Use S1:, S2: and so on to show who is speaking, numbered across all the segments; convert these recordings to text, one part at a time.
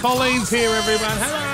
S1: Colleen's here, everyone. Hello.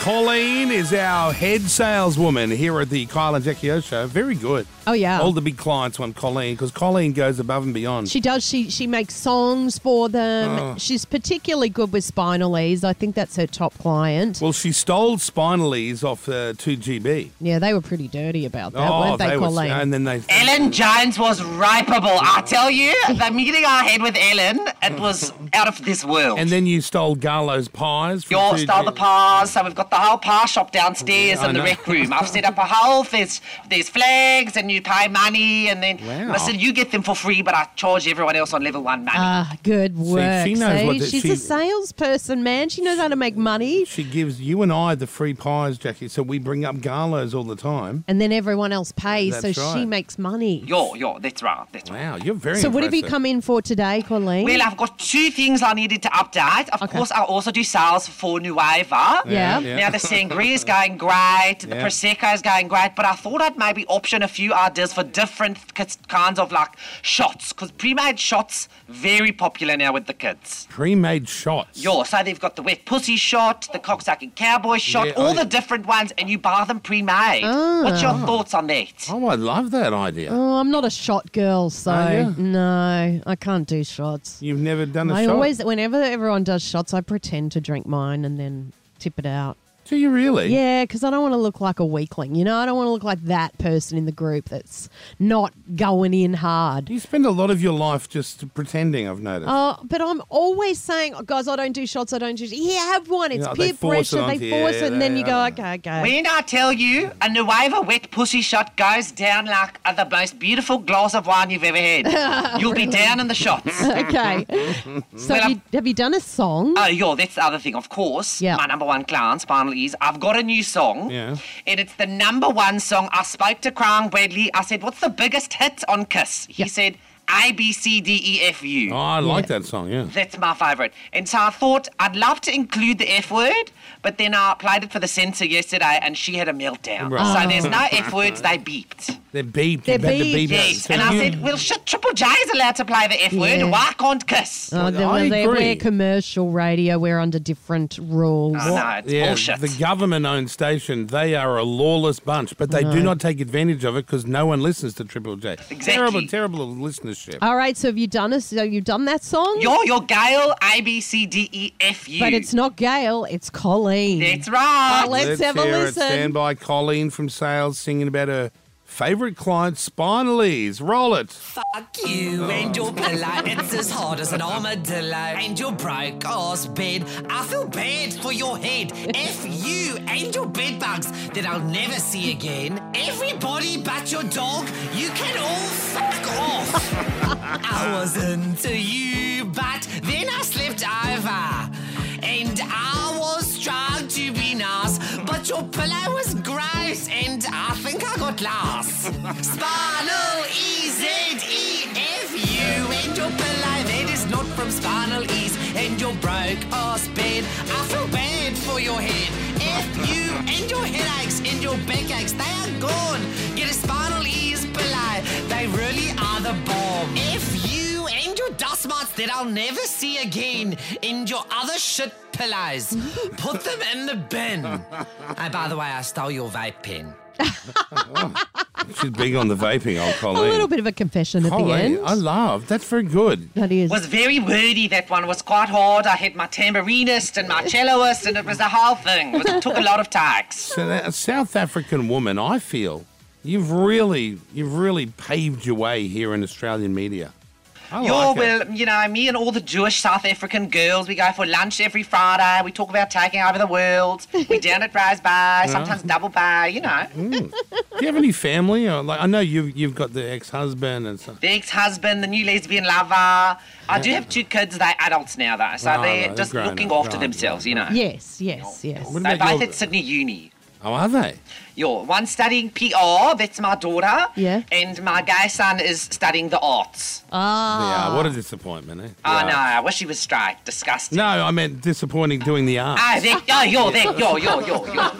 S1: Colleen is our head saleswoman here at the Kyle and Jackie O show. Very good.
S2: Oh, yeah.
S1: All the big clients want Colleen because Colleen goes above and beyond.
S2: She does. She she makes songs for them.
S1: Oh.
S2: She's particularly good with Spinal Ease. I think that's her top client.
S1: well, she stole Spinalese off uh, 2GB.
S2: yeah, they were pretty dirty about that, weren't they,
S1: Oh, were-
S2: Colleen?
S1: and then they.
S3: Ellen Giants was ripeable. I tell you, the meeting I had with Ellen, it was out of this world.
S1: And then you stole Garlow's pies. From
S3: Your
S1: 2G.
S3: style the pies, so we've got the whole pie shop downstairs
S1: Yeah, I
S3: in the
S1: know.
S3: rec room. I've set up a whole there's there's flags and you pay money and then
S1: Wow.
S3: listen, you get them for free, but I charge everyone else on level one money.
S2: Ah, good work.
S1: she knows
S2: see?
S1: what the-
S2: She's
S1: she-
S2: a salesperson, man. She knows how to make money.
S1: She gives you and I the free pies, Jackie. So we bring up Garlow's all the time.
S2: And then everyone else pays,
S1: That's
S2: so she
S1: right.
S2: makes money.
S3: yo, yo, that's right, that's right.
S1: Wow, you're very.
S2: so what have you
S1: impressive.
S2: come in for today, Colleen?
S3: Well, I've got two things I needed to update. Of
S2: Okay.
S3: course, I also do sales for Nueva.
S2: Yeah.
S1: Yeah.
S3: Now the sangria is going great, the
S1: Yeah.
S3: prosecco is going great, but I thought I'd maybe option a few ideas for different k- kinds of like shots, because pre-made shots very popular now with the kids.
S1: Pre-made shots.
S3: Yo, so they've got the wet pussy shot, the cocksucking cowboy shot,
S1: Yeah,
S3: all
S1: I-
S3: the different ones, and you buy them pre-made. What's your thoughts on that?
S1: Oh, I love that idea.
S2: Oh, I'm not a shot girl, so
S1: Are ya?
S2: no, I can't do shots.
S1: You've never done a
S2: I
S1: shot.
S2: always, whenever everyone does shots, I pretend to drink mine and then tip it out.
S1: Do you really?
S2: Yeah, because I don't want to look like a weakling. You know, I don't want to look like that person in the group that's not going in hard.
S1: You spend a lot of your life just pretending. I've noticed.
S2: Oh, but I'm always saying, oh, guys, I don't do shots. I don't do. Shots. Here, have one. It's
S1: Yeah, they
S2: peer
S1: force it
S2: pressure.
S1: onto
S2: they
S1: you.
S2: force
S1: Yeah,
S2: it, and then
S1: they-
S2: you
S1: I
S2: go,
S1: don't
S2: okay, okay.
S3: When I tell you, a Nueva wet pussy shot goes down like uh, the most beautiful glass of wine you've ever had. You'll be down in the shots.
S2: okay. so have you, have you done a song?
S3: Oh, yo, that's the other thing, of course.
S2: Yeah.
S3: My number one client, Spinal Ease. I've got a new song.
S1: Yeah.
S3: And it's the number one song. I spoke to Crown Bradley. I said, What's the biggest hit on Kiss? He
S2: Yeah.
S3: said, A, B, C, D, E, F, U.
S1: Oh, I like
S2: Yeah.
S1: that song. Yeah.
S3: That's my favourite. And so I thought I'd love to include the F word, but then I played it for the censor yesterday and she had a meltdown.
S1: Right.
S3: So there's no F words, they beeped.
S1: They're beeped.
S2: They're
S1: You've had the
S2: beeped.
S1: beep out.
S3: Yes.
S1: So
S3: And I
S1: you-
S3: said, Well, shit, Triple J is allowed to play the F
S2: Yeah.
S3: word. Why can't Kiss?
S2: Oh, the-
S1: I
S2: well, they-
S1: agree.
S2: We're commercial radio. We're under different rules.
S3: I know, it's
S1: yeah,
S3: bullshit.
S1: the government-owned station. They are a lawless bunch, but they do not take advantage of it because no one listens to Triple J.
S3: Exactly.
S1: Terrible, terrible listenership.
S2: All right. So have you done a? So you've done that song?
S3: You're your Gail A B C D E F U.
S2: But it's not Gail. It's Colleen.
S3: That's right.
S2: Oh, let's have a
S1: hear
S2: listen.
S1: It. Stand by Colleen from sales singing about her favourite client, Spinalese. Roll it.
S4: Fuck you and your pillow. It's as hard as an armadillo and your broke ass bed. I feel bad for your head. F you and your bed bugs that I'll never see again. Everybody but your dog, you can all fuck off. I was into you, but then I slept over. And I was trying to be nice, but your pillow was gross, and I think I got last. Spinal E E-Z-E-F-U, and your pillow that is not from Spinal Ease, and your broke ass bed. I feel bad for your head. F you and your headaches and your backaches, they are gone. Get a Spinal Ease pillow. They really are the bomb. F you and your dust mites that I'll never see again, and your other shit pillows. Put them in the bin. Oh, by the way, I stole your vape pen.
S1: She's big on the vaping, old
S2: a
S1: Colleen.
S2: little bit of a confession at the
S1: Colleen,
S2: end.
S1: I love. That's very good.
S2: that is.
S3: was very wordy, that one. It was quite hard. I had my tambourinist and my celloist, and it was the whole thing. It, was, it took a lot of takes.
S1: So that- a South African woman, I feel you've really, you've really paved your way here in Australian media. I
S3: Yo,
S1: like it.
S3: well, you know, me and all the Jewish South African girls, we go for lunch every Friday. We talk about taking over the world. We're down at Rise Bay, sometimes Double Bay, you know.
S1: Do you have any family? Or like, I know you've you've got the ex-husband and stuff.
S3: The ex-husband, the new lesbian lover. I do have two kids. They're adults now, though, so
S1: Right,
S3: they're
S1: right,
S3: just
S1: Ah, grown
S3: looking
S1: up,
S3: after
S1: right,
S3: themselves, you know.
S2: yes, yes, yes.
S1: What
S3: They're
S1: about
S3: both
S1: your-
S3: at Sydney Uni.
S1: Oh, are they?
S3: Yo, one's studying PR, that's my daughter.
S2: Yeah.
S3: And my gay son is studying the arts.
S1: Yeah. What a disappointment, eh?
S3: Oh, no,
S1: Yeah.
S3: I wish he was straight. Disgusting.
S1: No, I meant disappointing doing the art.
S3: Ah, there, oh, yo, there, yo, yo, yo, yo. No.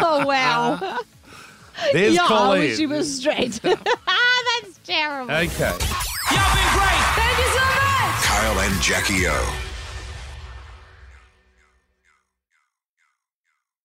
S2: Oh wow.
S1: There's
S2: yeah,
S1: Colleen.
S2: I wish he was straight. Ah, That's terrible.
S1: Okay.
S5: Kyle and Jackie O.